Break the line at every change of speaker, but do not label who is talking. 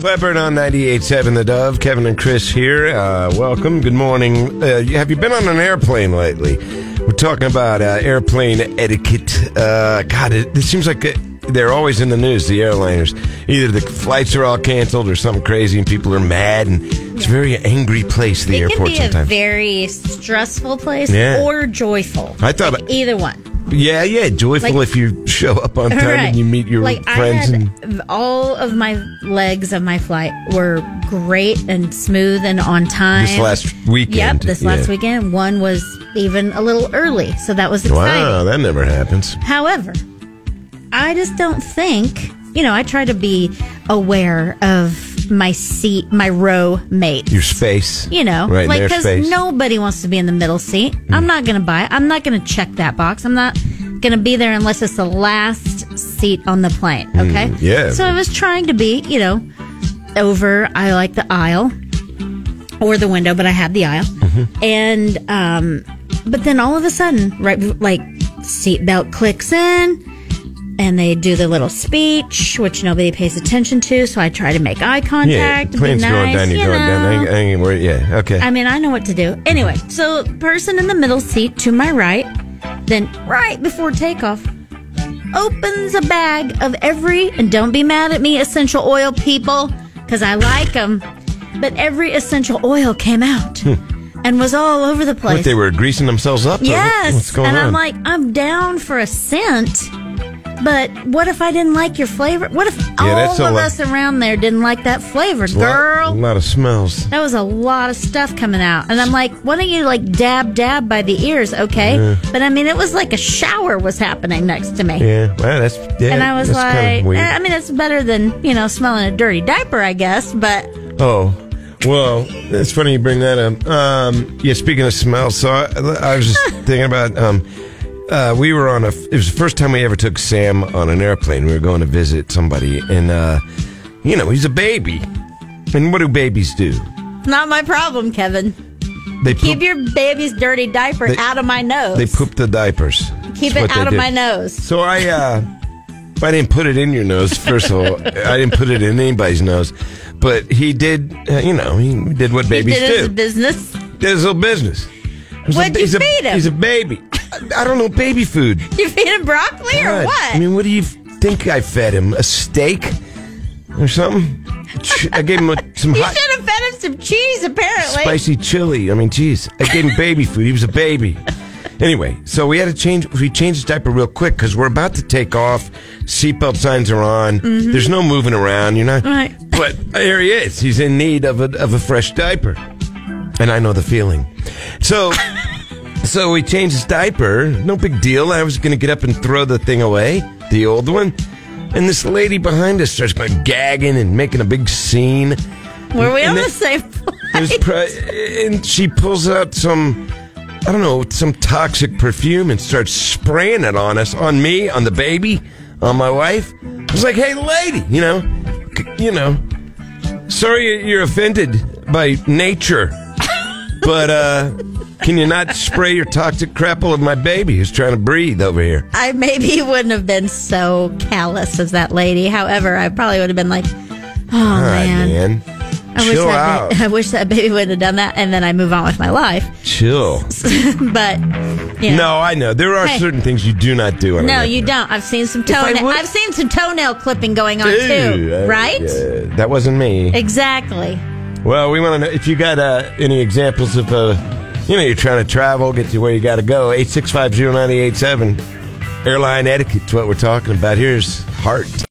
Pepper on 98.7 The Dove. Kevin and Chris here. Uh, welcome. Good morning. Uh, you- have you been on an airplane lately? We're talking about uh, airplane etiquette. Uh, God, it, it seems like it- they're always in the news, the airliners. Either the flights are all canceled or something crazy and people are mad. And it's a very angry place, the
It can
airport
be a
sometimes.
very stressful place
Yeah.
or joyful.
I thought
Like,
about-
either one.
yeah, yeah. Joyful
Like-
if you show up on time
Right.
and you meet your
like
friends.
I
and
had all of my legs of my flight were great and smooth and on time.
This last weekend.
Yep, this last
Yeah.
weekend. One was even a little early, so that was exciting.
Wow, that never happens.
However, I just don't think, you know, I try to be aware of my seat, my row mate.
Your space.
you know,
right in
like
their space. Hmm.
nobody wants to be in the middle seat. I'm not going to buy. it. I'm not going to check that box. I'm not going to be there unless it's the last seat on the plane. Okay.
Hmm, yeah.
So I was trying to be, you know, over. I like the aisle or the window, but I had the aisle,
Mm-hmm.
and um, but then all of a sudden, right, like seatbelt clicks in. And they do the little speech, which nobody pays attention to. So I try to make eye
Yeah,
contact. be
plane's going
nice,
down, you're
you
going down. I
know.
ain't, I ain't worried. Yeah, okay.
I mean, I know what to do. Anyway, so person in the middle seat to my right, then right before takeoff, opens a bag of every, and don't be mad at me, essential oil people, because I like them, but every essential oil came out and was all over the place.
Hmm. what, they were greasing themselves up? or what-
yes.
What's going
and
on?
I'm like, I'm down for a scent. But what if I didn't like your flavor? What if all
that's
of
a lot-
us around there didn't like that flavor,
a lot,
girl?
A lot of smells.
That was a lot of stuff coming out. And I'm like, why don't you like dab dab by the ears, okay? But I mean, it was like a shower was happening next to me.
Yeah, well, that's. Yeah,
And I was
that's kind
like,
of weird.
eh, I mean, it's better than, you know, smelling a dirty diaper, I guess, but
oh. Well, it's funny you bring that up. Um, yeah, speaking of smells, so I, I was just thinking about. Um, uh, we were on a. It was the first time we ever took Sam on an airplane. We were going to visit somebody, and uh, you know he's a baby. And what do babies do?
it's not my problem, Kevin.
They
Keep
poop,
your baby's dirty diaper
They-
out of my nose.
they poop the diapers.
Keep
That's what
it
they
out of
do.
my nose.
So I, uh, I didn't put it in your nose. First of all, I didn't put it in anybody's nose, but he did. Uh, you know, he did what
He
babies
did his
do.
business.
did his little business. He's
What'd you
he's
feed him?
He's a baby. I, I don't know baby food.
You feed him broccoli or
God,
what?
I mean, what do you think I fed him? A steak or something? Ch- I gave him a, some
you
hot
should have fed him some cheese, apparently.
spicy chili. I mean, geez, I gave him baby food. He was a baby. Anyway, so we had to change. We changed his diaper real quick because we're about to take off. Seatbelt signs are on. There's no moving around. You're not.
Mm-hmm. Right.
But here he is. He's in need of a of a fresh diaper, and I know the feeling. So. So we changed his diaper. No big deal. I was going to get up and throw the thing away, the old one. And this lady behind us starts gagging and making a big scene.
Were we
And
on
then-
the same
There's
flight?
pre- and she pulls out some, I don't know, some toxic perfume and starts spraying it on us, on me, on the baby, on my wife. I was like, hey, lady, you know, c- you know, sorry you're offended by nature, but uh, can you not spray your toxic crap all over my baby who's trying to breathe over here?
I maybe wouldn't have been so callous as that lady. However, I probably would have been like, "Oh
All right,
man,
Ah, man.
I wish
Chill
that
out.
ba- I wish that baby wouldn't have done that," and then I move on with my life.
Chill.
but yeah.
No, I know. There are
Hey.
certain things you do not do. on an
no, you
airplane.
don't. I've seen some
I
toenail.
would-
I've seen some toenail clipping going on
Ew,
too.
uh,
Right?
yeah, that wasn't me.
Exactly.
Well, we want to know if you got uh, any examples of, uh, you know, you're trying to travel, get to where you got to go. 8650987. Airline etiquette's what we're talking about. Here's Heart.